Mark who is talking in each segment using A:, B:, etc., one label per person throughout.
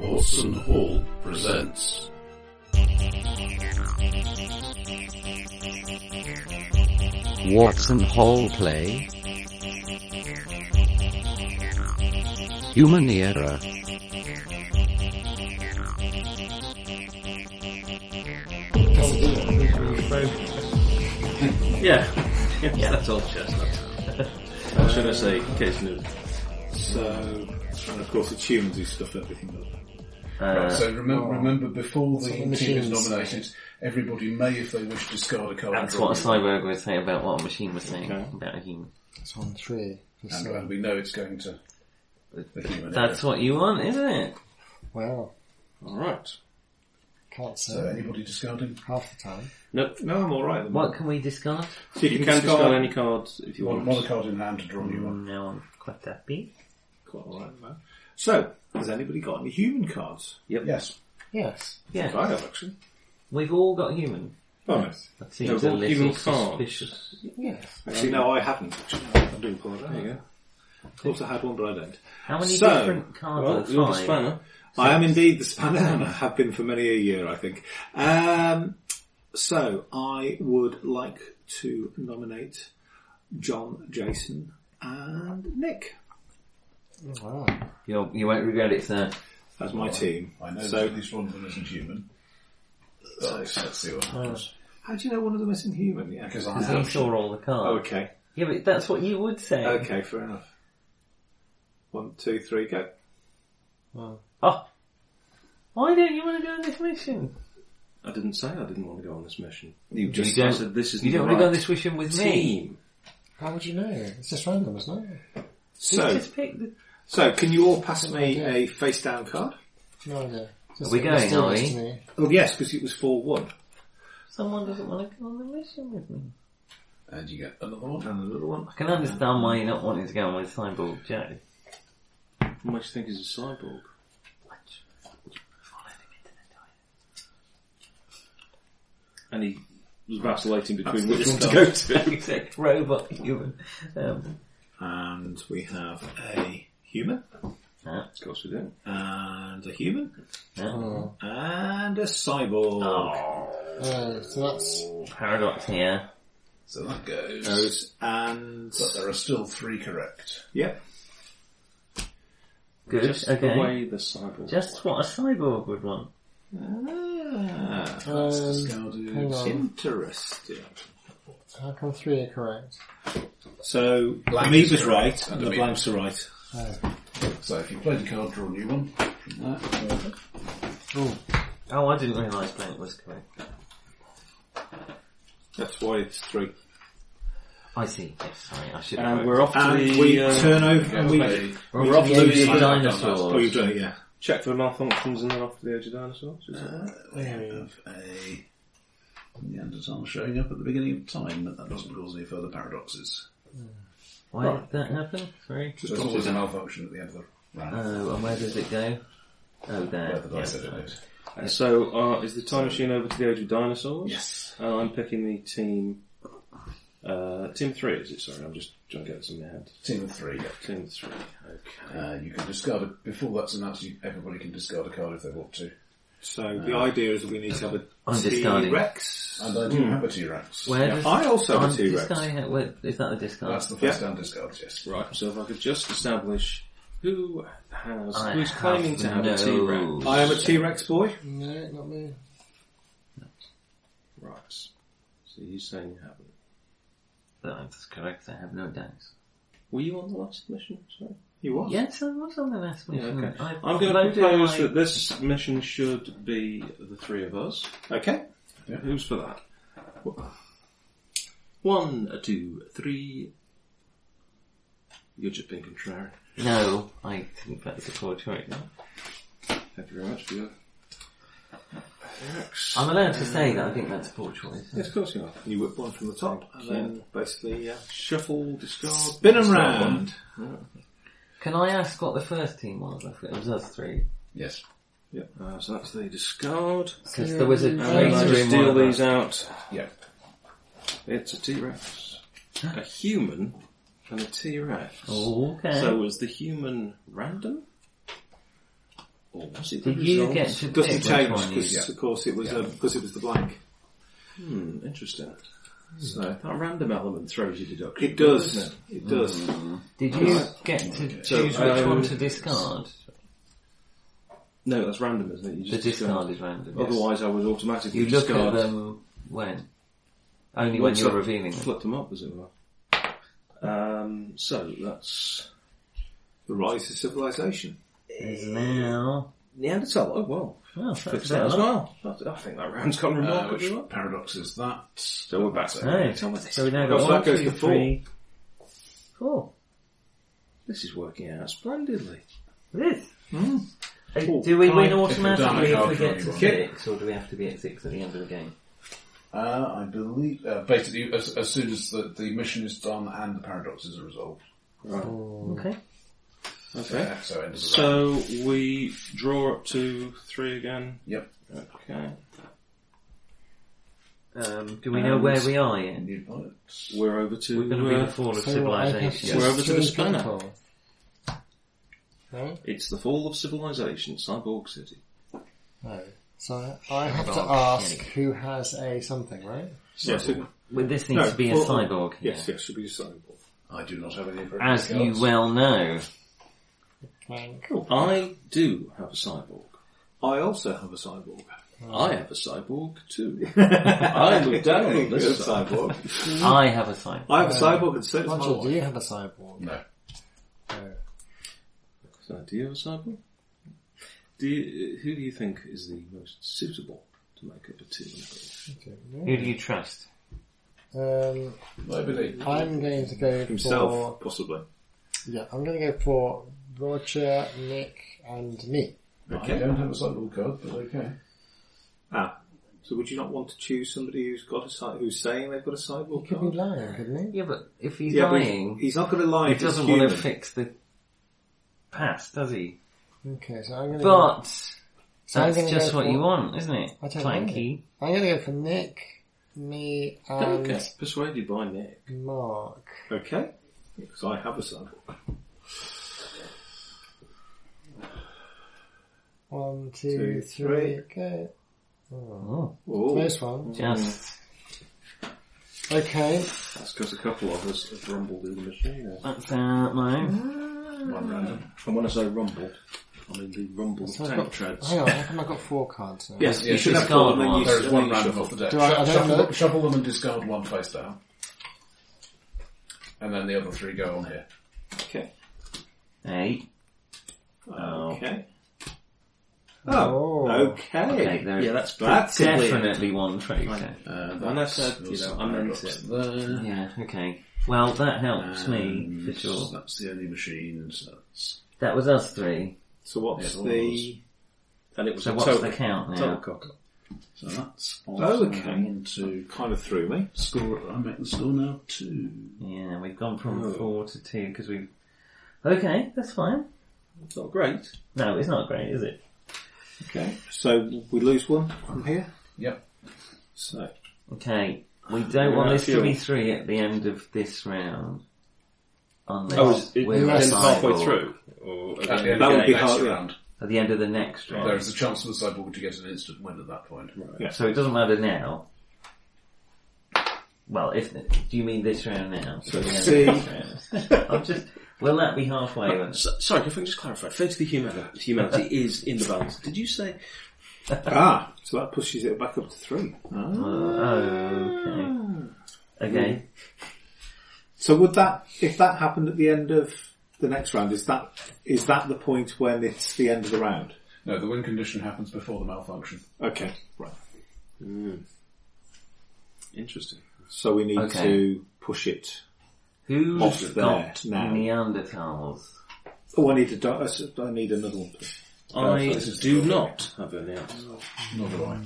A: Watson Hall presents.
B: Watson Hall Play Human Era
C: Yeah. yeah, that's old chestnut. Or should I say, case new.
D: So, and of course, it's humans who stuff everything up.
C: Uh,
D: So remember, remember before the
E: the
D: team
E: machines.
D: is nominated, everybody may, if they wish, discard a card.
F: That's what a cyborg would say about what a machine was saying about a human.
E: It's on three.
D: and uh, and we know it's going to the human.
F: That's
D: error.
F: what you want, isn't it?
E: Wow.
C: alright.
E: Can't say
D: So anybody discarding?
E: half the time.
C: Nope. No, I'm alright.
F: What can we discard?
C: So you, can discard any cards if you
D: One,
C: want.
D: one card in hand to draw a new one.
F: No, I'm quite happy.
G: Quite all right, man. So, has anybody got any human cards?
C: Yep.
D: Yes.
E: Yes.
F: Yeah,
G: I have actually.
F: we've all got human.
G: Oh, nice.
F: That
C: No,
F: seems
C: we've
F: a
C: all
F: little
C: human cards.
F: suspicious.
E: Yes.
G: Actually, no, I haven't. Actually, I do apologise.
C: There you go.
G: Of course, I had one, but I don't.
F: How many
G: So,
F: different cards
C: Well, you're
F: are
C: the
F: five?
C: spanner.
G: I am indeed the spanner, and I have been for many a year, I think. Um, so, I would like to nominate John, Jason, and Nick
E: Wow.
F: You'll, you won't regret it, sir.
G: as my team.
D: I know
G: So,
D: at least one of them isn't human. So let's see what happens.
G: how do you know one of them isn't human? Yeah.
D: Because I
F: He
D: have.
F: saw all the cards.
G: Oh, Okay.
F: Yeah, but that's what you would say.
G: Okay, fair enough. One, two, three, go.
F: Oh, why don't you want to go on this mission?
C: I didn't say I didn't want to go on this mission. You just
F: don't-
C: said this is
F: You
C: the
F: don't
C: right
F: want to go on this mission with me.
C: team.
E: How would you know? It's just random, isn't it?
G: So,
F: You just pick the...
G: So, can you all pass me a face down card?
E: No idea. Just
F: Are we
E: it
F: going,
E: was still
F: are
E: next
F: we?
E: to me.
G: Oh, yes, because it was 4 1.
F: Someone doesn't want to go on the mission with me.
D: And you get another one.
G: And another one.
F: I can understand why you're not wanting to go on with Cyborg Joe.
C: What makes you think he's a cyborg? And he was vacillating between which one to go to.
F: Except robot human. Um,
G: And we have a human,
C: Of course we do.
G: and a human,
C: Oh.
F: yeah.
G: and a cyborg.
E: Oh, so that's
F: Paradox here.
D: So that goes.
G: Those And,
D: But there are still three correct.
G: yep.
F: Good.
C: Just
F: okay.
C: the way the cyborg.
F: Just what a cyborg would want.
G: Ah,
D: That's
E: Um,
D: discarded.
E: hang on.
G: interesting.
E: How come three are correct?
G: So,
D: Blank
G: Amoeba's
D: is correct,
G: right,
D: and
G: and the
D: Amoeba.
G: blanks are right.
E: Oh.
D: So if you play the card, draw a new one. From that.
F: Oh, I didn't realise blank was correct.
G: That's why it's three.
F: I see. Yes, sorry, I should have.
C: And we're off to
G: And
C: the,
G: we
C: uh,
G: turn over, and we,
D: Okay.
G: we're off
F: the
G: to
F: age of
G: the
F: dinosaurs.
G: Oh, you've done it, yeah.
C: check for the malfunctions and then off to the edge of dinosaurs. is it?
D: We have a Neanderthal showing up at the beginning of time, but that doesn't cause any further paradoxes.
F: Why did that happen? Sorry.
D: There's always Uh, a malfunction at the end of the round.
F: Oh, and where does it go? Oh,
D: Where
F: there.
D: the
F: Yeah,
D: dice said
F: sorry.
D: it is.
C: And so, uh, is the time machine over to the age of dinosaurs?
D: Yes.
C: And I'm picking the team. Uh, team three, is it? Sorry, I'm just trying to get this in my head.
D: Team of three.
C: Team three. Okay.
D: Uh, you can discard a, before that's announced. You, everybody can discard a card if they want to.
G: So the idea is we need to have a
F: I'm discarding.
G: T-Rex.
D: And I do have a T-Rex.
F: Where does
G: I also have
F: Oh,
G: a T-Rex.
F: this guy ha- where- is that the discard?
D: That's the first
G: Yeah.
D: down discard. Yes.
C: Right, so if I could just establish who has,
F: I
C: who's
F: have
C: claiming to have
F: no-
C: a T-Rex.
G: I am a T-Rex boy.
E: No, not me.
C: Right. So you're saying you haven't.
F: That's correct. I have no doubts.
C: Were you on the last mission? Sorry.
G: You what?
F: Yes, I was on the last
C: Yeah,
F: mission.
C: okay.
F: Mm-hmm. I
C: I'm going to
F: voted
C: propose
F: my-
C: that this mission should be the three of us.
G: Okay.
C: Who's for that? One, two, three. You're just being contrary.
F: No, I think that's a poor choice.
C: Thank you very much for your. Yes,
F: I'm allowed to say that I think that's a poor choice.
C: of course you are.
G: You whip one from the top and then basically uh,
C: Shuffle, discard.
G: spin 'em
C: discard one.
G: round.
F: Can I ask what the first team was? I think it was us three.
D: Yes.
C: Uh, so that's the discard.
F: Because there was a
C: And then I
F: traitor in one
C: just deal
F: of us.
C: these out.
D: Yeah.
C: It's a T-Rex. A human and a T-Rex.
F: Oh,
C: Uh-huh.
F: Okay.
C: So was the human random? Or was it?
F: Did you get to
G: Doesn't
F: pick which
G: change
F: one you
G: because,
F: got?
G: of course, it was because it was the blank.
C: Hmm, interesting. So that random element throws your deduction.
G: It does.
C: doesn't
G: It does.
C: Mm.
F: Did you get to choose which
C: I
F: one
C: would-
F: to discard?
C: No, that's random, isn't it? You
F: The
C: just discard.
F: discard is random. yes.
C: Otherwise, I would automatically
F: you look at
C: discard.
F: them when only when
C: Once
F: you're
C: I
F: revealing them.
C: Flip them up, as it were. Um, so that's
G: The rise of civilization.
F: Is now.
C: Neanderthal. Oh well,
F: Oh, that's
C: fix that as
F: better.
C: well. That- I think that round's gone
D: Uh,
C: remarkably
D: which
C: well.
D: paradox is that?
C: So we're back to
F: Hey,
C: Tell me this.
F: so we now
G: Well,
F: got
G: so
F: one,
G: that goes
F: two,
G: to four.
F: three, four.
C: This is working out splendidly.
F: It is. Hey, do we
D: Five
F: win
D: different
F: automatically if
D: dice
F: we get
D: after
F: to
D: anyone.
F: six, or do we have to be at six at the end of the game?
D: Uh, I believe, uh, basically, as, as soon as the, the mission is done and the paradoxes are resolved.
E: Hmm.
F: Okay.
C: Okay.
D: Uh, so end of the round.
C: So we draw up to three again.
D: Yep.
C: Okay.
F: Um, do we know
C: And-
F: where we are yet?
D: And you buy it.
C: We're over to.
F: We're going to be
C: uh,
F: the fall of
E: So I have
F: civilization.
C: We're over to the
E: choose
C: spanner.
E: people. No?
C: It's the fall of civilization, Cyborg City.
E: No. So I have to
F: Cyborg
E: ask
F: City.
E: who has a something, right?
G: Yes, it,
F: Well, this needs
G: No,
F: to be a
G: well,
F: cyborg. yeah.
G: yes, yes, should be signable.
D: I do not have any appropriate
F: As you
D: cards.
F: well know.
E: Blank.
C: I do have a cyborg.
G: I also have a cyborg.
C: I have a cyborg too. I look down on
G: You have
C: this
G: a
C: cyborg.
G: cyborg.
F: I have a cyborg.
G: I have a cyborg and so does my
E: Nigel, do
G: wife.
E: you have a cyborg?
D: No.
E: No.
C: So, do you have a cyborg? Do you, who do you think is the most suitable to make up a team?
E: Okay.
F: Who do you trust?
E: Um,
D: Nobody.
E: I'm going to go
G: Himself, possibly.
E: for yeah. I'm going to go for Roger, Nick, and me.
D: I don't have a cyborg card, but okay.
G: Ah, so would you not want to choose somebody who's got a cy- who's saying they've got a cyborg
E: Could be
G: card?
E: lying, couldn't he?
F: Yeah, but if he's
G: Yeah, but
F: lying,
G: he's not going to lie.
F: he
G: if he's
F: doesn't want to
G: human.
F: fix the past, does he?
E: Okay, so I'm going to. go,
F: But
E: so I'm
F: that's
E: gonna
F: just
E: go
F: what
E: for-
F: you want, isn't it?
E: I don't want
F: Clanky.
E: I'm going to go for Nick, me, and
C: Okay, persuaded by Nick.
E: Mark.
G: Okay, because I have a cyborg.
E: One, two,
G: Two,
E: three, go.
F: Oh,
G: Oh,
E: First one.
F: just
E: Okay.
C: That's because a couple of us have rumbled in the machine.
G: Mm.
C: there.
F: that's out now.
D: One random.
C: And when I say rumbled, I mean the rumble of
E: So I've
C: tank
E: got,
C: treads.
E: hang on, how come I've got four cards now?
G: yes, you
F: Yes,
G: should
F: it's
G: have four.
F: gone
G: and then
F: one.
G: you-
D: There is
G: then
D: one
G: you
D: random
G: shuffle.
D: off the deck.
E: Do I- I don't
D: shuffle,
E: know.
D: shuffle them and discard one face down. And then the other three go on here.
G: Okay,
F: Eight.
G: okay. Oh, okay.
F: Okay, there
C: Yeah, that's
G: That's a win.
F: definitely one traitor.
D: Uh,
C: When I said,
D: that's
C: you know,
D: also
C: I meant
D: paradox
C: it.
D: There.
F: Yeah, okay. Well, that helps
G: Um,
F: me, for
D: And
F: sure.
D: That's the only machine. So that's
F: That was us three.
G: So what's
D: Yeah, it
G: the?
C: And it was
F: So
C: a
F: what's
C: total,
F: the count now?
C: total cock.
D: So that's
G: Oh, okay.
D: One, two.
G: Kind of threw me.
D: Score. I'm at the score now. Two.
F: Yeah, we've gone from four to two because we've... Okay, that's fine.
C: It's not great.
F: No, it's not great, is it?
G: Okay, so we lose one from here.
D: Yep.
G: So
F: Okay, we don't
C: Yeah,
F: want this to
C: sure.
F: be three at the end of this round. Unless
C: Oh, is it,
F: we're
C: it's
F: a
C: halfway
F: cyborg.
C: through? Or at the
D: At
C: end
D: the
C: of
D: end
G: That
D: of
G: would
D: the
G: be
D: next
G: hard, yeah.
D: round,
F: At the end of the next round.
D: there is a chance for the cyborg to get an instant win at that point.
F: So it doesn't matter now. Well, if do you mean this round now? So
G: C.
F: I'm just. Will that be halfway? then?
C: So, sorry, if I can just clarify. Fate of the humanity, humanity is in the balance. Did you say?
G: ah, so that pushes it back up to three.
F: Uh, okay. Okay.
G: So would that, if that happened at the end of the next round, is that is that the point when it's the end of the round?
D: No, the win condition happens before the malfunction.
G: Okay, right.
C: Interesting.
G: So we need
F: Okay.
G: to push it.
C: Hmm.
F: Who's
G: Off there
F: got
G: now.
F: Neanderthals?
G: Oh, I need a di- I s- I need another one. please.
C: I
D: this is
C: do
D: the-
C: not have an answer.
D: Nor do I.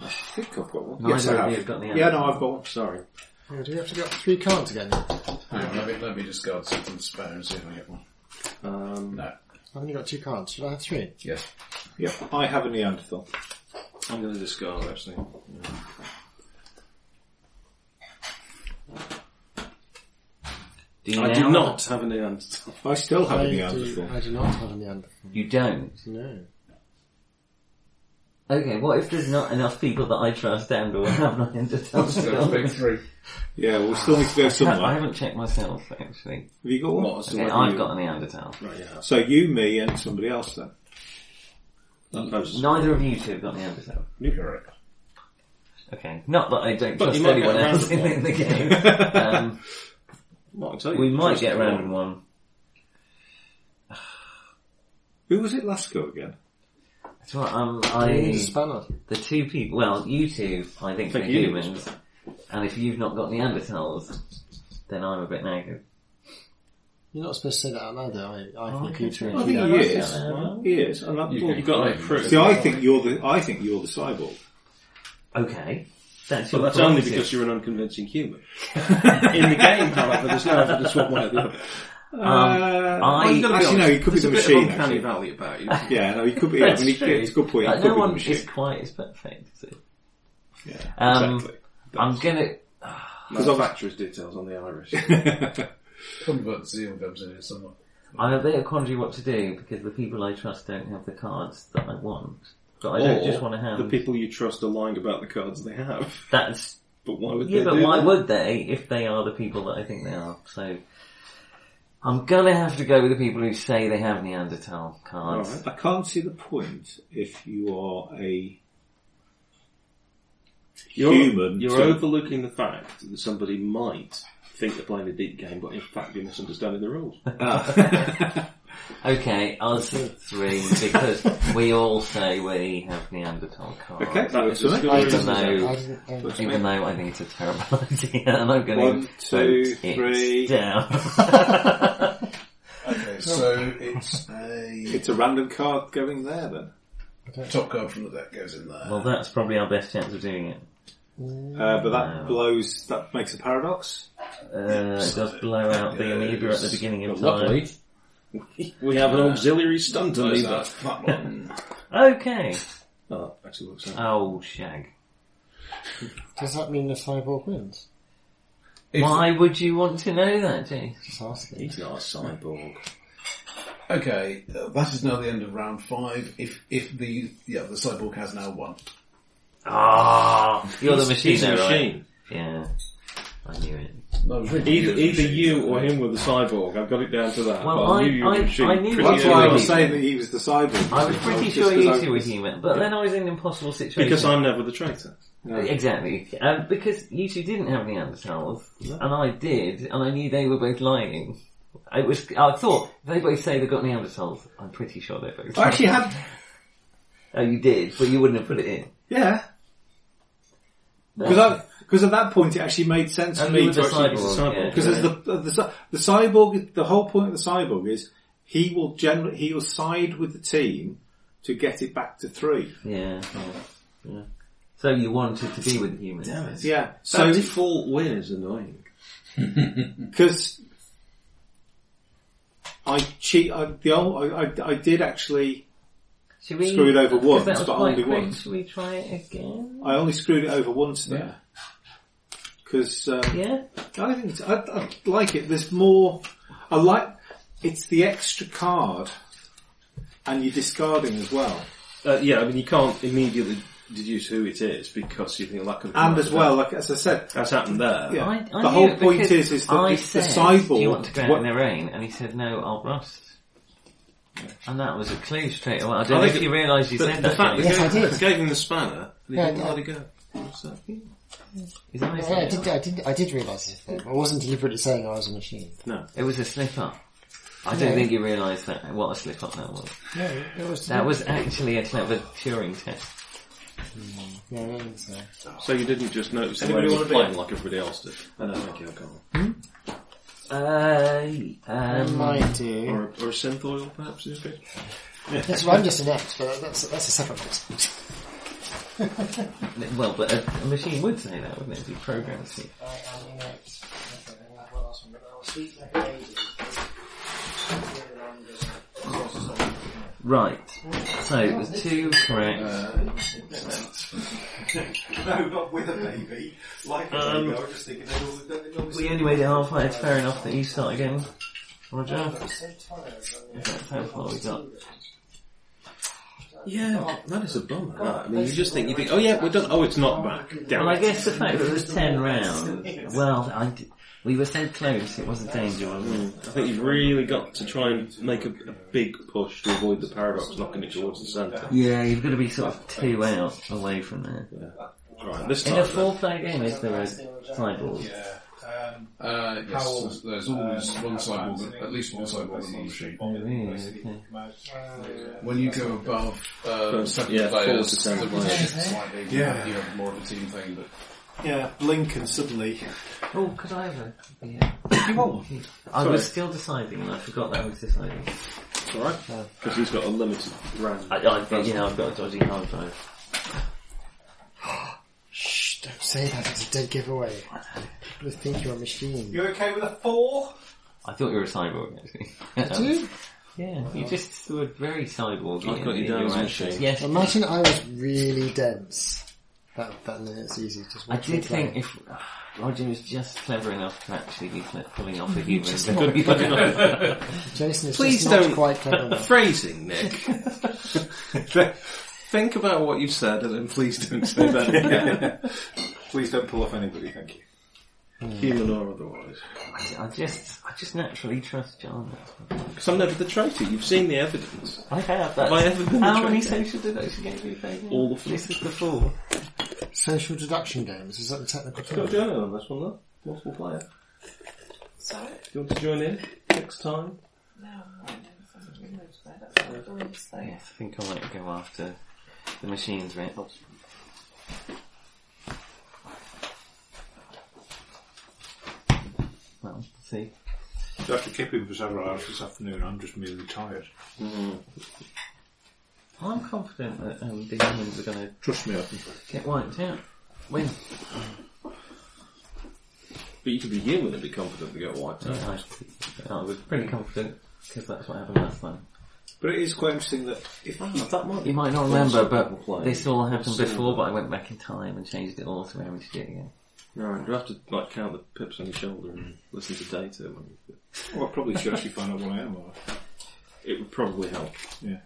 G: I think I've got one.
F: Neither
G: yes, I
F: of
G: have.
F: you have got Neanderthals.
G: yeah, no, I've got one.
C: Sorry.
E: Oh, do you have to get three cards again? I've
D: Hang on, let me, let me discard something spare and see if I get one.
C: Um,
D: No.
E: only got two cards. Should I have three?
D: Yes.
G: Yeah, I have a Neanderthal.
C: I'm going to discard actually.
F: Do you
C: I do
F: now?
C: not have a Neanderthal.
G: I still have
E: I
G: a
E: do,
G: Neanderthal.
E: I do not have a Neanderthal.
F: You don't.
E: No.
F: Okay, what if there's not enough people that I trust and or have not Neanderthals?
D: three.
G: Yeah, we still need to go somewhere.
F: I
G: Have
F: haven't checked myself actually.
G: you got one?
C: What, so
F: Okay,
C: whether
F: I've
C: you-
F: got a Neanderthal.
C: Right, yeah.
G: So you, me, and somebody else then.
C: That post.
F: Neither of you two have got a Neanderthal.
D: Correct.
F: Okay, not that I don't
C: But you
F: trust
C: might
F: anyone
C: get a
F: else in,
C: random
F: in the game. um,
C: What, I'll tell you,
F: we might
C: just
F: get a
C: one.
F: random one.
G: Who was it last go again?
F: That's what um,
E: Need a
F: I
E: spanner.
F: the two people. Well, you two, I think,
C: Think
F: are
C: you-
F: humans, and if you've not got Neanderthals, then I'm a bit naked.
E: You're not supposed to say that out loud, are you? I think you
G: I
E: two.
G: think
F: Yeah,
G: he
F: that's
G: is.
F: not bad.
G: He is. And I
C: Well,
G: thought,
C: you've got like proof.
G: see, I think you're the. I think you're the cyborg.
F: Okay, that's
C: But
F: your
C: that's only
F: prerogative.
C: because you're an unconvincing human. In the game, however, there's no evidence one way or the other.
F: Um,
G: uh, well, you've got to be
F: actually,
G: honest.
F: no,
G: he could be
C: There's
G: the
C: a bit
G: machine.
C: of uncanny
G: actually.
C: valley about you.
G: Yeah, no, he could be. I mean, he,
F: true.
G: it's a good point. He
F: Like,
G: could
F: no
G: be the
F: one
G: machine.
F: is quite as perfect. Is it?
G: Yeah,
F: Um,
G: exactly.
F: I'm gonna.
C: Because I've actress details on the Irish.
D: Convert zeal comes in here somewhere.
F: I'm a bit of quandary what to do because the people I trust don't have the cards that I want. But I don't
C: Or
F: just want to have
C: The people you trust are lying about the cards they have.
F: That's
C: But why would
F: yeah,
C: they
F: but
C: do
F: why
C: that?
F: would they if they are the people that I think they are? So I'm gonna have to go with the people who say they have Neanderthal cards.
G: I can't see the point if you are a
C: You're,
G: human.
C: you're
G: to-
C: overlooking the fact that somebody might think they're playing a deep game, but in fact you're misunderstanding the rules.
F: Okay, I'll say three because we all say we have Neanderthal cards.
G: Okay, that
C: That's
G: works
C: as
G: for me.
C: good
E: I
C: a
E: didn't
C: reason as
F: know.
E: I didn't know.
G: Works for
F: Even
G: me.
F: though I think it's a terrible idea, and I'm going
G: One,
F: to
G: two,
F: vote it
G: three.
F: down.
D: Okay, so it's a
G: It's a random card going there then.
D: top card from the deck goes in there.
F: well, that's probably our best chance of doing it.
G: Uh, but that
F: No.
G: blows, that makes a paradox.
F: Uh, it does blow out the amoeba at the beginning of
E: Lovely.
F: time.
C: We have an auxiliary stunt
D: There's
C: amoeba.
D: that, that one.
F: Okay.
C: Oh, that actually looks like
F: Oh, shag.
E: Does that mean the cyborg wins?
D: If-
F: Why would you want to know that, Jay?
E: Just asking.
C: He's not a cyborg.
D: Okay, uh, that is now the end of round five. If if the yeah the cyborg has now won.
F: Ah, you're the machine,
C: He's a
F: though, right?
C: machine.
F: Yeah, I knew it.
D: No,
C: Either, either you or him were the cyborg. I've got it down to that.
F: Well,
C: But I,
F: I-
C: knew you were
F: I-
C: the machine.
F: I knew
C: pretty
G: That's why I
C: early.
G: was saying that he was the cyborg.
F: I was pretty
G: just
F: sure
G: 'cause
F: you
G: I-
F: two were human, but then I was in an impossible situation.
C: Because I'm never the traitor.
F: Exactly. Um, because you two didn't have Neanderthals, and I did, and I knew they were both lying. I was, I thought, if they both say they've got Neanderthals, I'm pretty sure they're both
G: I
F: lying.
G: actually had,
F: Oh, you did, but you wouldn't have put it in.
G: yeah. Because I, because at that point it actually made sense for
F: And
G: me
F: you were
G: to
F: the
G: actually,
F: cyborg,
C: cyborg,
F: yeah.
G: because there's the, the, cy- the cyborg, the whole point of the cyborg is he will generally, he will side with the team to get it back to three.
F: Yeah, yeah, yeah. So you wanted to be with humans.
G: Yeah. So,
C: So default win is annoying.
G: because I cheat, I, the old, I, I, I did actually,
F: Should we
G: Screwed over
F: because
G: once,
F: that was
G: but
F: quite
G: only
F: quick,
G: once.
F: Should we try it again?
G: I only screwed it over once
D: Yeah.
G: there. Because um,
F: Yeah.
G: I think it's, I, I like it. There's more. I like it's the extra card, and you're discarding as well.
C: Uh, yeah, I mean you can't immediately deduce who it is because you think that could.
G: And as well, like as I said,
C: that's happened there.
G: yeah,
F: I, I
G: the
F: knew
G: whole
F: it
G: point
F: because
G: is is that
F: I
G: it's the
F: said,
G: cyborg.
F: Do you want to go out
G: what-
F: in the rain? And he said, no, I'll rust. And that was a clue straight away. I don't
C: I
F: know
C: think
F: if
C: it-
F: you realised you
C: But
F: said
C: the
F: that.
C: fact
F: James.
C: that
E: Yes,
C: gave,
E: I did.
C: gave him the spanner and he
E: Yeah,
C: didn't
E: I
C: let it go. What's that?
F: His eyes
E: Yeah, I
F: lit
E: did,
F: up.
E: I did, I did realise this thing. I wasn't deliberately saying I was a machine.
C: No.
F: It was a slip up. I don't think you realised that what a slip up that was.
E: No, it was.
F: That was actually a clever Turing test.
E: No, I don't think so.
C: So you didn't just notice the way
G: Anybody
C: he
G: wanna
C: was
G: be-
C: playing like everybody else did. I know, thank you, I can't.
F: Uh,
E: I
F: um,
E: might do.
C: Or, a- or a synth oil, perhaps, is it?
E: Yes, well, I'm just an expert. That's that's a separate question.
F: well, but a, a machine would say that, wouldn't it? It'd be programmed to.
E: I am an expert. Okay, I have one last one, but I was sleep like a baby.
F: Right. So there's two correct.
H: no, not with a baby. Like a
F: Um,
H: baby. I was just thinking they'd all- they'd all-
F: We only made it halfway. It's fair enough that you start again, Roger.
E: I'm so tired.
F: That's how far we got.
C: Yeah, Oh, that is a bummer. That. I mean, you just think, you think, oh yeah, we're done. Oh, it's not back. Damn
F: Well, I
C: it.
F: guess the fact that it was ten rounds. Well, I d- we were so close. It was a danger. Wasn't
C: I think you've really got to try and make a, a big push to avoid the paradox knocking it towards the centre.
F: it? Yeah, you've got to be sort of two out away from there.
C: Right, this
F: In a
C: time. then.
F: four-player game, is there a sideboard?
H: Yeah. Um,
I: Uh, yes,
H: How-
I: there's, there's always
H: um,
I: one
H: how
I: sideboard,
H: fancy.
I: at least one sideboard on the machine.
H: on the
F: Yeah,
H: basically
F: okay.
H: come out.
I: When you go above uh,
C: First,
I: seven
C: yeah, four
I: players,
C: to seven
I: the
C: players.
I: position's slightly
G: Yeah.
I: you have more of a team thing, but
G: Yeah, blink and suddenly.
F: Oh, could I have a? Yeah. I was still deciding, and I forgot that I was deciding.
C: Alright. Because he's got a limited round.
F: I, I, you know, I've got a dodgy hard drive.
E: Shh, don't say that. It's a dead giveaway. People think you're a machine.
H: You okay with a four?
F: I thought you were a cyborg, actually. Um,
E: Dude,
F: Yeah, you just were very cyborg.
C: I've got you down as a machine.
F: Yes,
E: imagine I was really dense. That, that then it's easy. Just
F: I
E: watch me
F: did
E: play.
F: think if Roger was just clever enough to actually be fl- pulling off a human.
E: just
F: then
E: not
F: we-
E: clever Jason is
C: Please
E: just not
C: don't.
E: quite clever enough.
C: Phrasing, Nick. Think about what you've said and then please don't say that again. Hmm.
H: Please don't pull off anybody, thank you.
C: Human or otherwise.
F: I I just, I just naturally trust John.
C: Because I'm never the traitor. You've seen the evidence.
F: I have that.
C: Have I ever been
F: How
C: the
F: many
C: traitor?
F: social deduction games have you played? now?
C: All the four.
F: This is the four.
E: Social deduction games, is that the technical
C: Got a
E: term?
C: journal on this one, though. Multiple player. Sorry? Do you want to join in next time?
F: Yes, I think I might go after the machines, right? Well, see.
H: After keeping for several hours this afternoon, I'm just merely tired.
F: I'm confident that um, the humans are going to
H: Trust me, I can.
F: get wiped out. Win.
C: But you could begin with and be confident to get wiped out.
F: I, I was pretty confident because that's what happened last time.
G: But it is quite interesting that if
C: That might
F: You
C: be
F: might not remember,
C: We'll
F: but
C: play.
F: this all happened before. But I went back in time and changed it all to how we should do it again.
C: Right, you have to like count the pips on your shoulder
F: Mm.
C: and listen to data. When you...
H: Well, I probably should actually find out what I am. Or,
C: It would probably help.
H: yeah.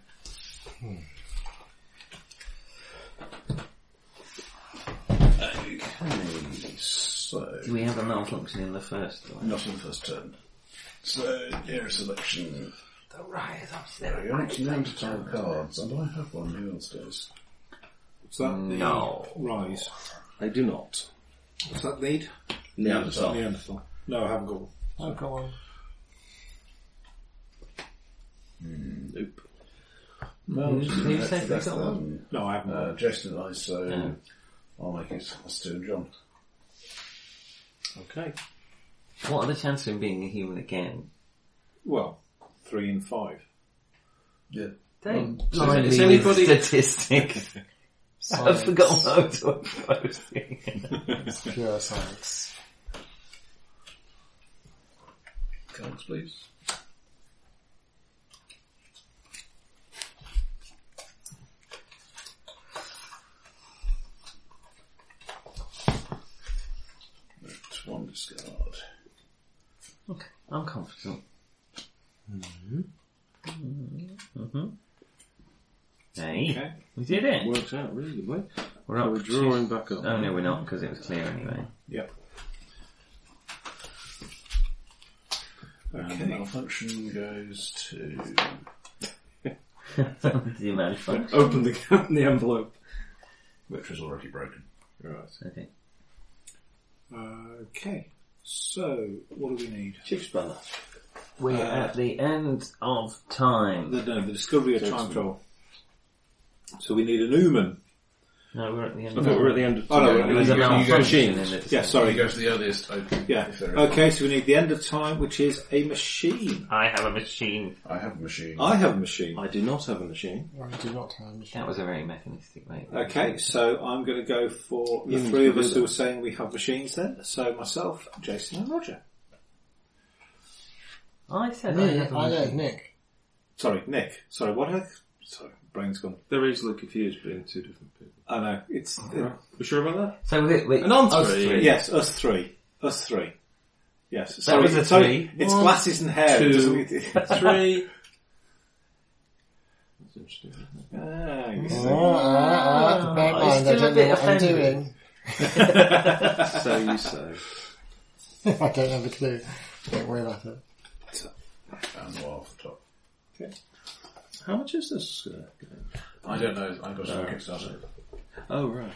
D: So,
F: Do we have a malfunction in the first one?
D: not in the first turn. So, era uh,
I: Hmm.
D: selection.
F: The rise of
D: There we go. Actually, down to time cards. And I have one. Who else does?
H: Is that
F: No.
H: the rise?
C: I do not.
H: What's that lead?
C: Neanderthal.
H: Neanderthal. No, I haven't got one.
E: I've got one.
C: Nope.
D: No,
F: Mm-hmm. who said
D: that's
F: they got
D: them.
H: No, I haven't.
D: Uh, Jason and I, so
F: Yeah.
D: I'll make it. That's two and John.
C: Okay.
F: What are the chances of him being a human again?
H: well, three and five.
D: Yeah.
F: Don't
C: Um, So
F: blindly
C: is anybody-
F: with statistics. I've forgotten what I was proposing.
E: It's pure science.
D: Cards, please. That's One discard.
F: okay, I'm confident. Mm-hmm. Hey,
H: Okay.
F: we did it.
C: Works out really well.
F: We're up
C: We're
F: to-
C: drawing back up.
F: Oh no, we're not because it was clear anyway.
H: Yep.
D: And malfunction goes to
F: the amount of fun.
C: Open the, open the envelope.
D: which was already broken.
F: Okay.
H: Okay. So, what do we need?
C: Chief Spanner.
F: We're
C: Uh,
F: at the end of time.
H: The, no, the discovery of time travel. So we need an Ooman.
F: No, we're at the end
C: I
F: of
C: thought we were at the end of
H: Oh, no, we're at
C: time.
H: the
F: There's a
H: You go- you go-
F: malfunction in it.
H: Yeah,
D: Sorry,
H: sorry.
D: go to the earliest open.
H: Yeah.
D: if there is.
H: Okay, so we need the end of time, which is a machine.
F: I have a machine.
D: I have a machine.
H: I have a machine.
C: I do not have a machine.
E: I do not have a machine.
F: That was a very mechanistic way.
H: Okay, so I'm going to go for the
C: You can
H: three of
C: do
H: us
C: that.
H: who are saying we have machines then. So myself, Jason and Roger.
F: I said I
E: Me,
F: have a
E: I know
F: machine.
E: Nick.
H: Sorry, Nick. Sorry, what? I- Sorry.
G: brain's gone.
C: They're easily confused being two different people.
G: I know. It's
C: You sure about that?
F: So Oh, was it wait,
C: And on
F: us
C: three.
G: yes, us three, us three. Yes,
F: There is a
G: so
F: three.
G: It's
C: One,
G: glasses and hair.
C: two,
G: doesn't it?
C: Three. That's interesting. isn't it?
G: Ah, you
E: Oh,
G: see.
E: I, I, ah, bear in
F: I'm
E: mind, I
F: Ah, still a
E: don't know
F: bit
E: what I'm
F: offended.
E: doing.
C: So you say.
E: I don't have a clue. Don't worry about it.
D: Found one off the top.
C: How much is this uh, game?
D: I don't know. I got it
H: Uh,
D: on Kickstarter.
C: Oh, right.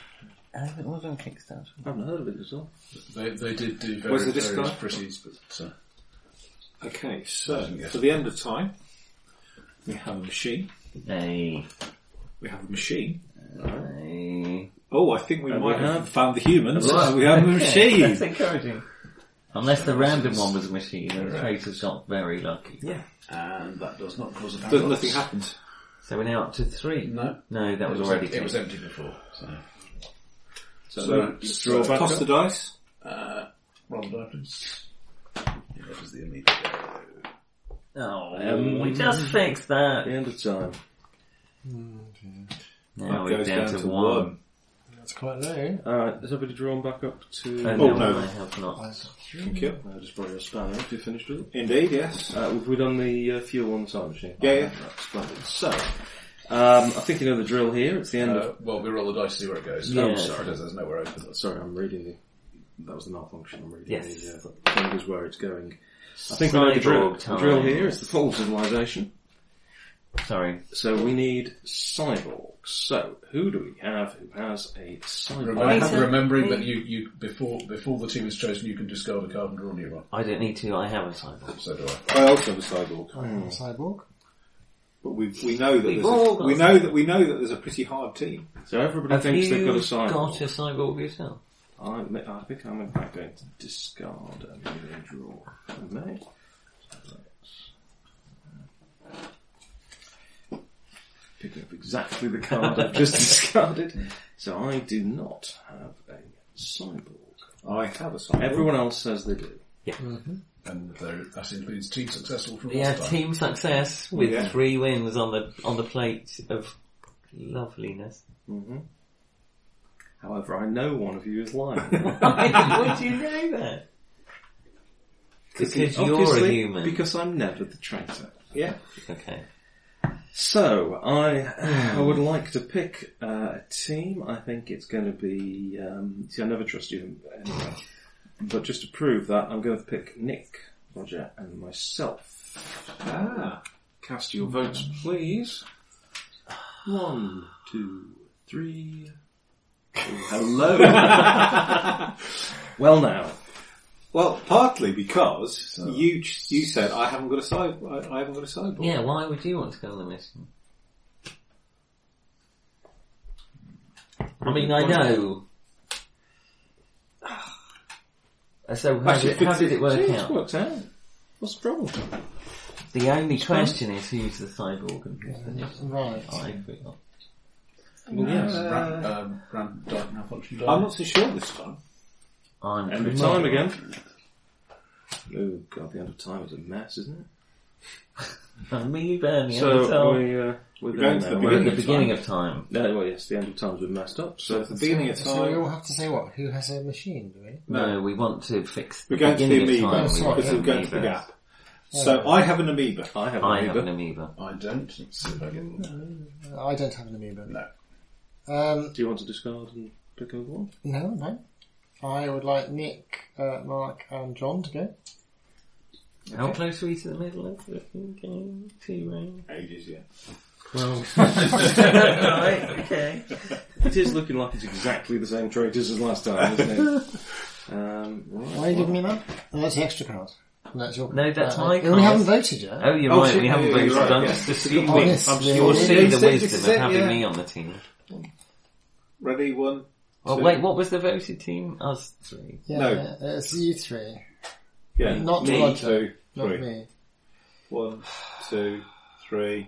F: Uh, it was on Kickstarter.
C: I haven't heard of it at all.
D: They, they did do very
G: Where's the
D: various
G: discount?
D: pretties, but uh,
G: Okay, so for the end of time, we have a machine.
F: Nay.
G: We have a machine.
F: Nay.
G: Oh, I think we
C: And
G: might
C: we
G: have
C: have-
G: found the humans.
F: Right.
G: we have a
F: Okay,
G: machine.
F: That's encouraging. Unless the random one was a machine, and the traitors got very lucky.
G: yeah,
D: and that does not cause a paradox.
G: Doesn't- nothing happens.
F: So we're now up to three.
D: No.
F: No, that
D: It
F: was
D: was,
F: already
D: empty, it was
F: two.
D: empty before, so
G: So,
D: just
G: so
D: draw back
G: toss
D: up.
G: the dice.
D: roll the die, please. Yeah, that was the immediate.
F: Oh, we just fixed that.
C: The end of time.
F: Now
G: That
F: we're
G: goes
F: down, to, one.
E: That's quite low.
C: Alright, has everybody drawn back up to...
F: Oh,
G: Oh,
F: no,
G: no.
F: I have not.
G: Thank you.
C: I just brought your spanner if you finished with it.
G: Indeed, yes.
C: Uh, we've done the uh, fuel on the time machine.
G: Yeah, yeah.
C: That's splendid. So, um, I think you know the drill here. It's the end of...
D: Uh, well, we roll the dice to see where it goes.
F: Yeah.
D: Oh, sorry, there's, there's nowhere open.
C: Sorry, I'm reading the... That was the malfunction. I'm reading
F: Yes.
C: the uh, thing is where it's going. I think we know the drill,
F: Cyborg
C: the drill
F: time.
C: here. It's the full civilization.
F: Sorry.
C: So we need cyborgs. So, who do we have who has a cyborg?
D: Remember,
F: Wait, so-
D: remembering
F: wait.
D: that you, you before before the team is chosen, you can discard a card and draw a new one.
F: I don't need to, I have a cyborg.
D: So do I.
G: I also have a cyborg,
E: I am a cyborg.
G: but we we know that
F: We've
G: there's
F: all
G: a,
F: got
G: we
F: a
G: know
F: cyborg.
G: that we know that there's a pretty hard team.
C: So everybody
F: Have
C: thinks
F: you
C: they've got a cyborg.
F: got a cyborg yourself?
C: I, ma- I think I'm in fact going to discard and maybe draw. I may. So let's Pick up exactly the card I've just discarded. So I do not have a cyborg.
G: I have a cyborg.
C: Everyone else says they do.
D: And there, that includes team successful from
F: Yeah,
D: last time.
F: team success with
G: Yeah.
F: three wins on the on the plate of loveliness.
C: However, I know one of you is lying.
F: Why do you know that? Because you're a
C: Obviously,
F: human.
C: Because I'm never the traitor.
G: Yeah.
F: Okay.
C: So I, I would like to pick uh, a team. I think it's going to be. Um, see, I never trust you anyway, but just to prove that, I'm going to pick Nick, Roger, and myself.
G: Ah.
C: Cast your votes, please. One, two, three. Oh, Hello. well now,
G: Well, partly because you ch- you said I haven't got a cyborg. I, I haven't got a cyborg.
F: Yeah, why would you want to go on the mission? I mean, I know. So how did, how did it work
C: It's
F: out?
C: worked out. What's the problem?
F: The only question is who's the cyborg and who's the mission.
E: Right.
F: I feel.
C: Well, yes.
D: Uh, ran, um, ran die, malfunction die.
G: I'm not so sure this time.
F: I'm
C: End of
F: pretty-
C: time again. Oh god, the end of time is a mess, isn't it?
F: I'm me burning so
C: So
F: until
C: we, uh, we're
G: going
C: going
G: to
F: we're
G: the
F: at
G: beginning
F: the
G: of
F: beginning of time.
C: No, well, yes, the end of times we've messed up.
G: So
C: So
G: at the beginning of
E: So we all
G: time,
E: have to say what? Who has a machine, do we?
F: No, we want to fix the
G: we're going to the
F: beginning of time.
G: amoeba
E: That's
F: We
E: right,
F: want
G: because
E: yeah.
G: we're going to the
F: amoebas.
G: gap. So I have an amoeba.
C: I have
F: I
C: an
F: have an
C: amoeba.
F: amoeba.
D: I don't. Let's see if I get one.
E: I don't have an amoeba.
D: No.
E: Um,
C: Do you want to discard and pick another one?
E: no, no. I would like Nick, uh, Mark and John to go.
F: How close are we to the middle of the game? Two rounds.
G: Ages, yeah.
F: Well, right, okay.
C: It is looking like it's exactly the same traitors as last time, isn't it? um, right.
E: Why are you giving me that? And that's the extra card. And that's your
F: No, that's
E: uh,
F: my
E: We
F: card.
E: haven't voted yet.
F: Oh, you're
G: Oh,
F: right,
G: shit,
F: we haven't
G: yeah,
F: voted.
G: you're right,
F: I'm
G: yeah.
F: just assuming,
E: Oh, yes,
F: I'm
E: yeah,
F: you're
E: yeah.
F: seeing
G: This
F: the
G: is-
F: wisdom
G: this is
F: of
G: it,
F: having
G: yeah.
F: me on the team.
G: Ready, one.
F: Oh,
G: So-
F: wait, what was the voted team? Us three.
E: Yeah,
G: No.
E: yeah, it's you three,
G: Yeah.
E: Not
G: one,
E: Roger.
G: two,
E: not
G: three.
E: me.
G: One, two, three.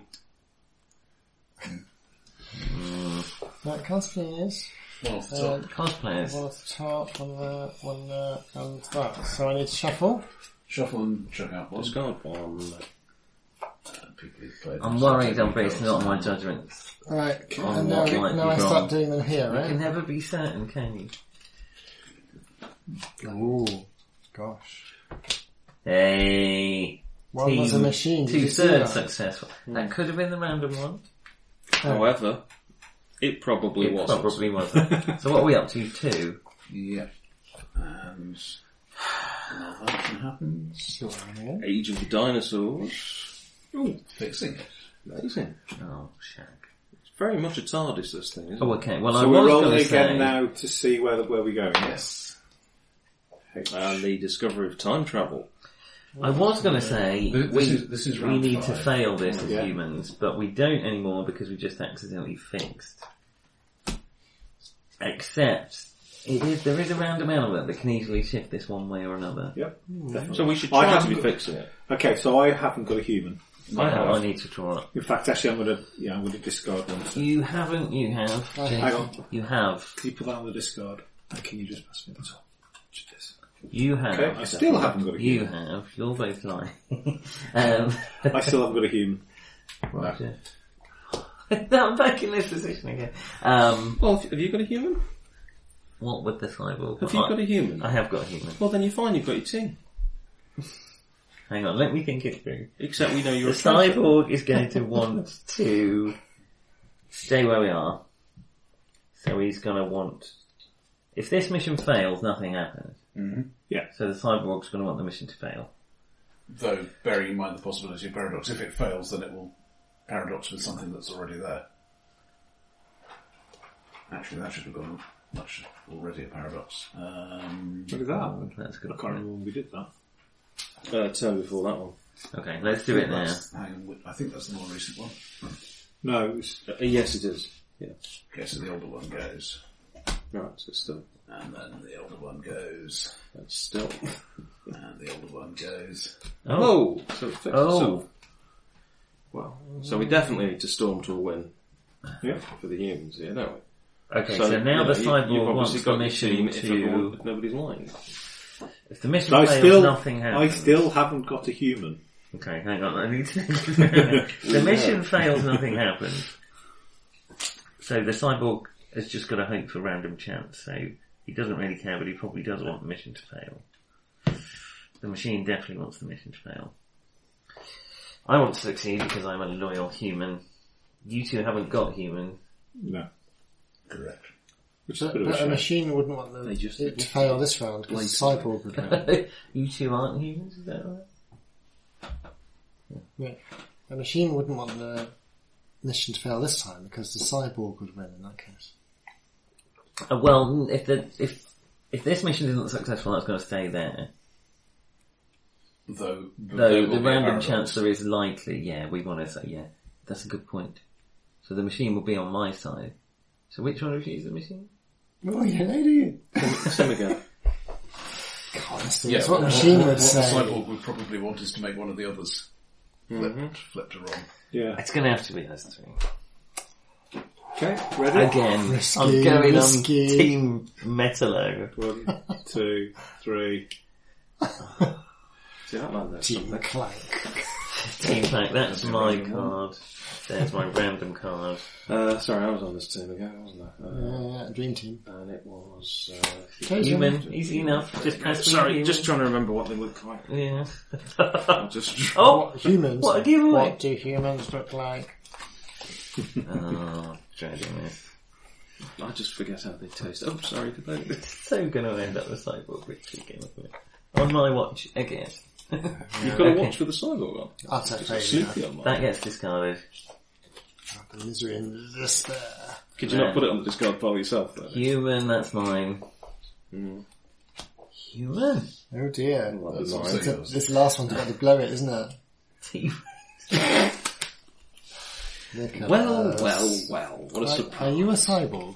E: That cards please.
D: One off the
E: Uh,
D: top.
F: Card players.
E: one at the top, one there, one there, and that. So I need to shuffle.
F: Uh,
D: Shuffle and chuck out one.
C: Discard one.
D: uh, people who've played.
F: I'm
D: this
F: worried I'm
D: technical
F: basing it on my
D: skills.
F: judgments.
E: Right,
F: Oh,
E: and now,
F: what might
E: now
F: be
E: I
F: wrong?
E: start doing them here,
F: You can
E: right?
F: never be certain, can you?
E: Ooh, gosh.
F: Hey,
E: One was a
F: Team
E: machine. Did
F: two
E: you see
F: thirds
E: that?
F: successful. That could have been the random one.
C: However, it probably
F: It
C: wasn't.
F: probably wasn't. so what are we up to? Two.
D: Yeah. And another action happens.
E: Sure, yeah.
C: Age of the Dinosaurs.
D: Fixing it.
C: Amazing.
F: Oh, shack.
C: It's very much a TARDIS, this thing, isn't
F: Oh,
C: it?
F: okay. Well, I
H: So
F: was
H: we're
F: going
H: rolling
F: to say.
H: again now to see where where we're going.
D: Yes.
F: Oh.
C: And the discovery of time travel.
F: I was going to say
D: Th-
F: we,
D: this is- this is
F: we
D: round
F: need to
D: five.
F: fail this as
H: Yeah.
F: humans, but we don't anymore because we just accidentally fixed. Except it is there is a random element that can easily shift this one way or another.
H: Yep.
C: So we should
H: Hmm. I
C: try to
H: haven't
C: be
H: got-
C: fixing it.
H: Okay, so I haven't got a human.
C: I
F: Now I
C: have.
F: need to draw.
H: In fact, actually, I'm gonna yeah, I'm gonna discard one. Can
F: You haven't. You have.
H: Hang
F: Jason.
H: on.
F: You have.
H: you put that on the discard? And can you just pass me the top? Yes.
F: You have.
H: Okay, I still haven't got a
F: You
H: human.
F: have. You're both lying. um,
H: I still haven't got a human.
F: Roger. now I'm back in this position again. Um,
C: Well, have you got a human?
F: what would the cyborg?
C: Have you
F: I-
C: got a human?
F: I have got a human.
C: Well, then you're fine. You've got your team.
F: Hang on, let me think it through.
C: Except we know
F: The
C: you're a traitor.
F: cyborg is going to want to stay where we are. So he's going to want. If this mission fails, nothing happens.
C: Mm-hmm.
H: Yeah.
F: So the cyborg's going to want the mission to fail.
I: Though bearing in mind the possibility of paradox, if it fails, then it will paradox with something that's already there.
D: Actually, that should have gone much already a paradox. Um,
H: Look at that.
F: Oh, that's a good.
H: I can't
F: point.
H: remember when we did that.
C: Uh, turn before that one.
F: Okay, let's do it now.
D: that's- hang on, I think that's the more recent one.
H: No, it was,
C: Uh, yes, it is. Yeah.
D: Okay, so the older one goes,
C: Right. So it's still,
D: and then the older one goes,
C: it's still.
D: and the older one goes.
F: Oh,
C: Oh, so it's fixed.
F: oh,
C: So, well, so we definitely need to storm to a win.
H: Yeah.
C: For the humans, yeah, don't we?
F: okay. So, now the
C: you know, you-
F: cyborg
C: you've obviously
F: wants
C: got
F: the
C: your team
F: mission
C: if everyone-
F: to.
C: if nobody's lying.
F: If the mission
H: I
F: fails,
H: still,
F: nothing
H: I
F: happens.
H: still haven't got a human.
F: Okay, hang on. I need to. the mission fails, nothing happens. So the cyborg has just got to hope for random chance. So he doesn't really care, but he probably does want the mission to fail. The machine definitely wants the mission to fail. I want to succeed because I'm a loyal human. You two haven't got human.
H: No.
D: Correct.
H: Which is a
E: But,
H: bit of a
E: but a
H: shame.
E: machine wouldn't want the,
C: They just-
E: it to fail this round because Cyborg would win.
F: you two aren't humans, is that right?
E: Yeah. A machine wouldn't want the mission to fail this time because the Cyborg would win in that case.
F: Uh, well, if the if if this mission isn't successful, that's going to stay there.
I: Though, there
F: Though
I: will be
F: the
I: a
F: random
I: paradox.
F: chancellor is likely, yeah, we want to say, yeah, that's a good point. So the machine will be on my side. So which one of you is the machine?
E: Oh, you know, do you?
C: Tim again.
E: God, that's, the-
I: Yeah,
E: that's what
I: what-
E: a machine
I: what-
E: would
I: what
E: say.
I: The cyborg would probably want is to make one of the others
F: Mm-hmm.
I: flip, flip to wrong.
H: Yeah.
F: It's going to have to be us three.
H: Okay, ready?
F: Again,
E: Risky,
F: I'm going
E: risky.
F: on Team Metalo.
H: One, two, three.
C: See that man there?
E: Team Clank.
F: Team Pack, that's my card. There's my random card.
C: Uh, sorry, I was on this team again, wasn't I? Uh,
E: Uh, Dream Team.
C: And it was. Uh,
E: Jason.
F: Human, easy enough. Just press me,
C: sorry,
F: human.
C: just trying to remember what they look like.
F: Yeah.
C: I'm just.
F: oh!
E: What humans?
F: What a giveaway.
E: What do humans look like?
F: oh, dreading this.
C: I just forget how they taste. Oh, sorry, could they?
F: so gonna end up with Cyborg Victory game of it. On my watch again.
C: You've got a watch with a cyborg on.
E: I'll take failure.
C: Sleepy on mine.
F: That gets discarded.
E: The misery and despair.
C: Could you
F: Yeah.
C: not put it on the discard pile yourself though?
F: Human, that's mine. Human?
E: Oh dear.
C: that's
E: It's
C: nice.
E: a- this last one's about to blow it, isn't it?
F: T-
E: Look at
C: Well,
E: us.
C: well, well. What a
E: Right, Are
C: surprise.
E: you a cyborg?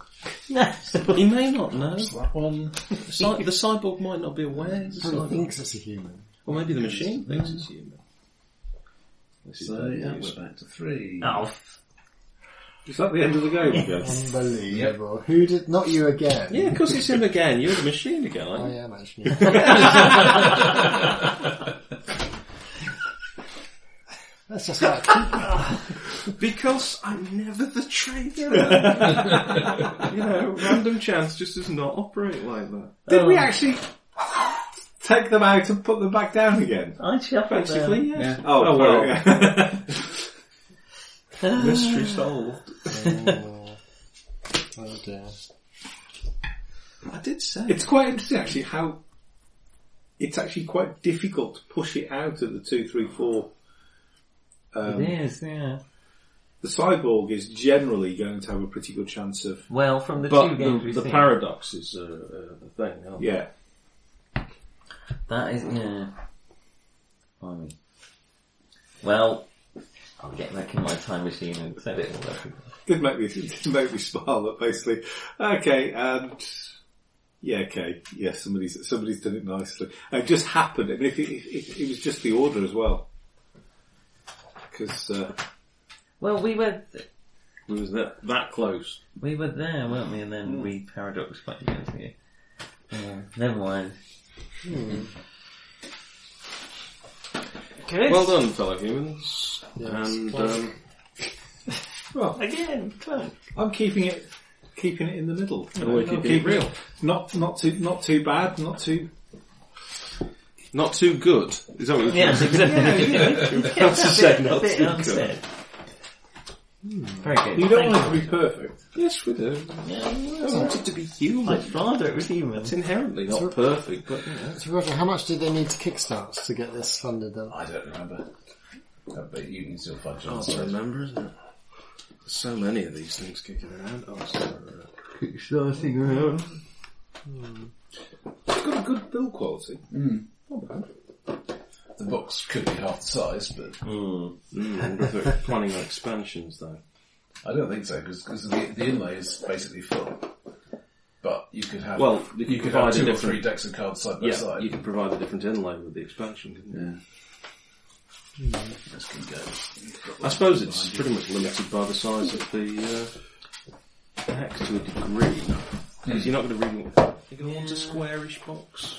F: no.
C: He may not know.
D: That one.
C: Cy- the cyborg might not be aware. he's a
E: Probably
C: cyborg.
E: thinks it's a human.
C: Or maybe the machine thinks it's human. This is
D: So
C: bad
D: yeah,
C: news.
D: we're back to three.
F: Oh, f-
H: Is that the end of the game again?
E: Unbelievable. Who did? Not you again.
C: Yeah, of course it's him again. You're the machine again,
E: Oh
C: aren't you?
E: yeah, actually. That's It's just like,
C: Because I'm never the traitor. you know, random chance just does not operate like that.
G: Did we actually take them out and put them back down again?
F: I shuffled
C: Basically,
F: them.
C: yes.
G: Oh,
C: Oh,
G: well.
C: well.
G: yeah.
C: Mystery solved.
E: oh, oh dear.
C: I did say.
G: it's quite interesting actually how it's actually quite difficult to push it out of the two, three, four. Um,
F: It is, yeah.
G: The cyborg is generally going to have a pretty good chance of
F: Well, from the two
C: but
F: games
C: the,
F: we've
C: the
F: seen,
C: paradox is uh, uh, the thing. aren't
G: yeah.
F: that is, yeah. Blimey. Well, I'll get back in my time machine and set it all up. again.
G: Did make me did make me smile, but basically, okay, and yeah, okay, yeah, somebody's somebody's done it nicely. And it just happened. I mean, if it, if it, it was just the order as well, because uh,
F: Well, we were
C: We was that that close.
F: we were there, weren't we? And then we paradoxed back against you. Yeah, never mind.
E: Good.
C: Well done, fellow humans.
E: Yeah,
C: and
E: well-
C: um,
F: Again, clunk.
G: I'm keeping it keeping it in the middle.
C: and we're
G: I'm
C: keeping it real.
G: Not not too not too bad. Not too.
C: Not too good. Is that what you're
F: Yes, exactly.
C: about to say? Not
F: Bit
C: too good.
F: unsaid. Hmm. Very good.
G: You don't
F: Thank
G: want it to be perfect.
C: Yes, we do. I want it to be
F: My
C: human.
F: father, it was human.
C: It's inherently not perfect, but you know.
E: So Roger, how much did they need to kickstart to get this funded then?
D: I don't remember. Uh, But you can still find
C: Hard
D: John's
C: to
D: side.
C: remember, isn't it? There's so many of these things kicking around. Oh, sorry.
F: Starting around.
G: It's got a good build quality.
D: The box could be half the size, but
F: Hmm.
C: Mm, I wonder if they're planning on expansions though.
D: I don't think so because the, the inlay is basically full. But you could have
C: Well,
D: you,
C: you could
D: could have
C: provide a
D: two or
C: different-
D: three decks of cards side by
C: Yeah,
D: side.
C: you could provide a different inlay with the expansion, couldn't you?
D: This can go. You've got
C: I suppose it's pretty much limited by the size of the uh, hex to a degree. Because you're not going to really want, you're going to want a squarish box.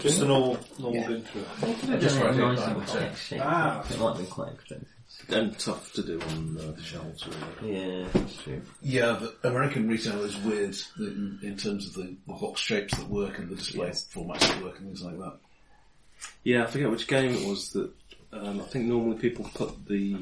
G: Just an all all bin through.
F: Just
D: Just
F: right
D: right here,
F: nice
D: behind
F: and
D: the
F: quick
D: chair.
F: shape. It
G: Ah.
F: might be quite expensive.
C: And tough to do on uh, the shelves really.
F: Yeah, that's true.
D: Yeah, the American retail is weird in, in terms of the, the box shapes that work and the display formats that work and things like that.
C: Yeah, I forget which game it was that. Um, I think normally people put the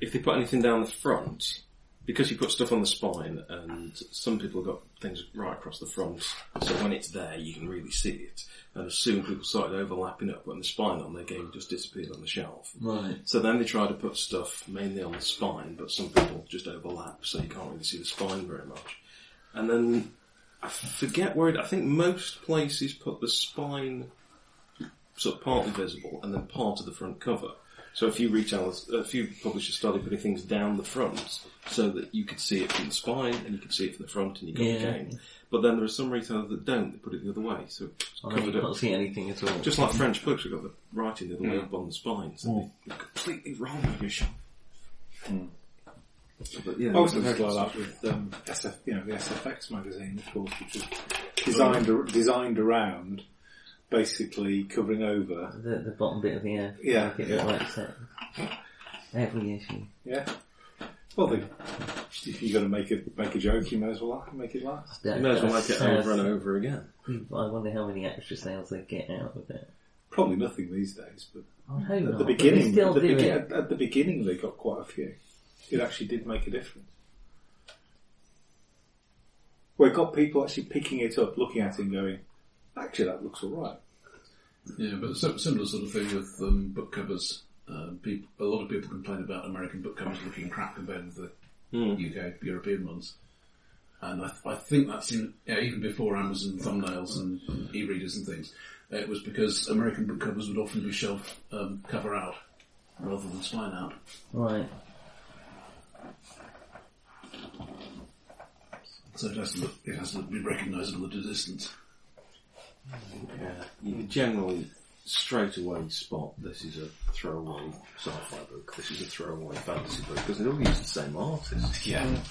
C: if they put anything down the front because you put stuff on the spine, and some people have got things right across the front, so when it's there you can really see it. And as soon as people started overlapping it, putting the spine on, their game just disappeared on the shelf.
F: Right.
C: So then they try to put stuff mainly on the spine, but some people just overlap, so you can't really see the spine very much. And then I forget where it, I think most places put the spine sort of partly visible and then part of the front cover. So a few retailers, a few publishers started putting things down the front so that you could see it from the spine and you could see it from the front and you got
F: Yeah.
C: the game. But then there are some retailers that don't, they put it the other way, so it's
F: I mean,
C: covered
F: you
C: up.
F: can't see anything at all.
C: Just like French books, we've got the writing the other way up on the spine, so they're completely wrong on your shelf. But yeah,
G: I was
C: Mm. Oh, it's-
G: like that with um, SF, you know, the SFX magazine, of course, which was designed ar- designed around basically covering over.
F: The, the bottom bit of the air.
G: Yeah,
F: Make it look like set. Every issue.
G: Yeah. Well, they, if you're going to make a make a joke, you may as well make it last.
F: That,
C: You may as well
F: that's
C: make it
F: sales-
C: over and over again.
F: I wonder how many extra sales they get out of it.
G: Probably nothing these days, but
F: I hope
G: at
F: not,
G: the
F: but they
G: beginning,
F: still
G: at the,
F: do
G: begin-
F: it.
G: at, at the beginning, they got quite a few. It actually did make a difference. Well, it got people actually picking it up, looking at it, and going, "Actually, that looks all right."
D: Yeah, but sim- similar sort of thing with um, book covers. Um, peop a lot of people complain about American book covers looking crap compared with the UK European ones. And I, I think that's in, yeah, even before Amazon thumbnails and e-readers and things. It was because American book covers would often be shelf um, cover out rather than spine out.
F: Right.
D: So it has to look, it has to be recognisable at a distance.
C: Yeah. You can generally straight away spot this is a throwaway sci-fi book, this is a throwaway fantasy book, because they all use the same artist.
D: Yeah.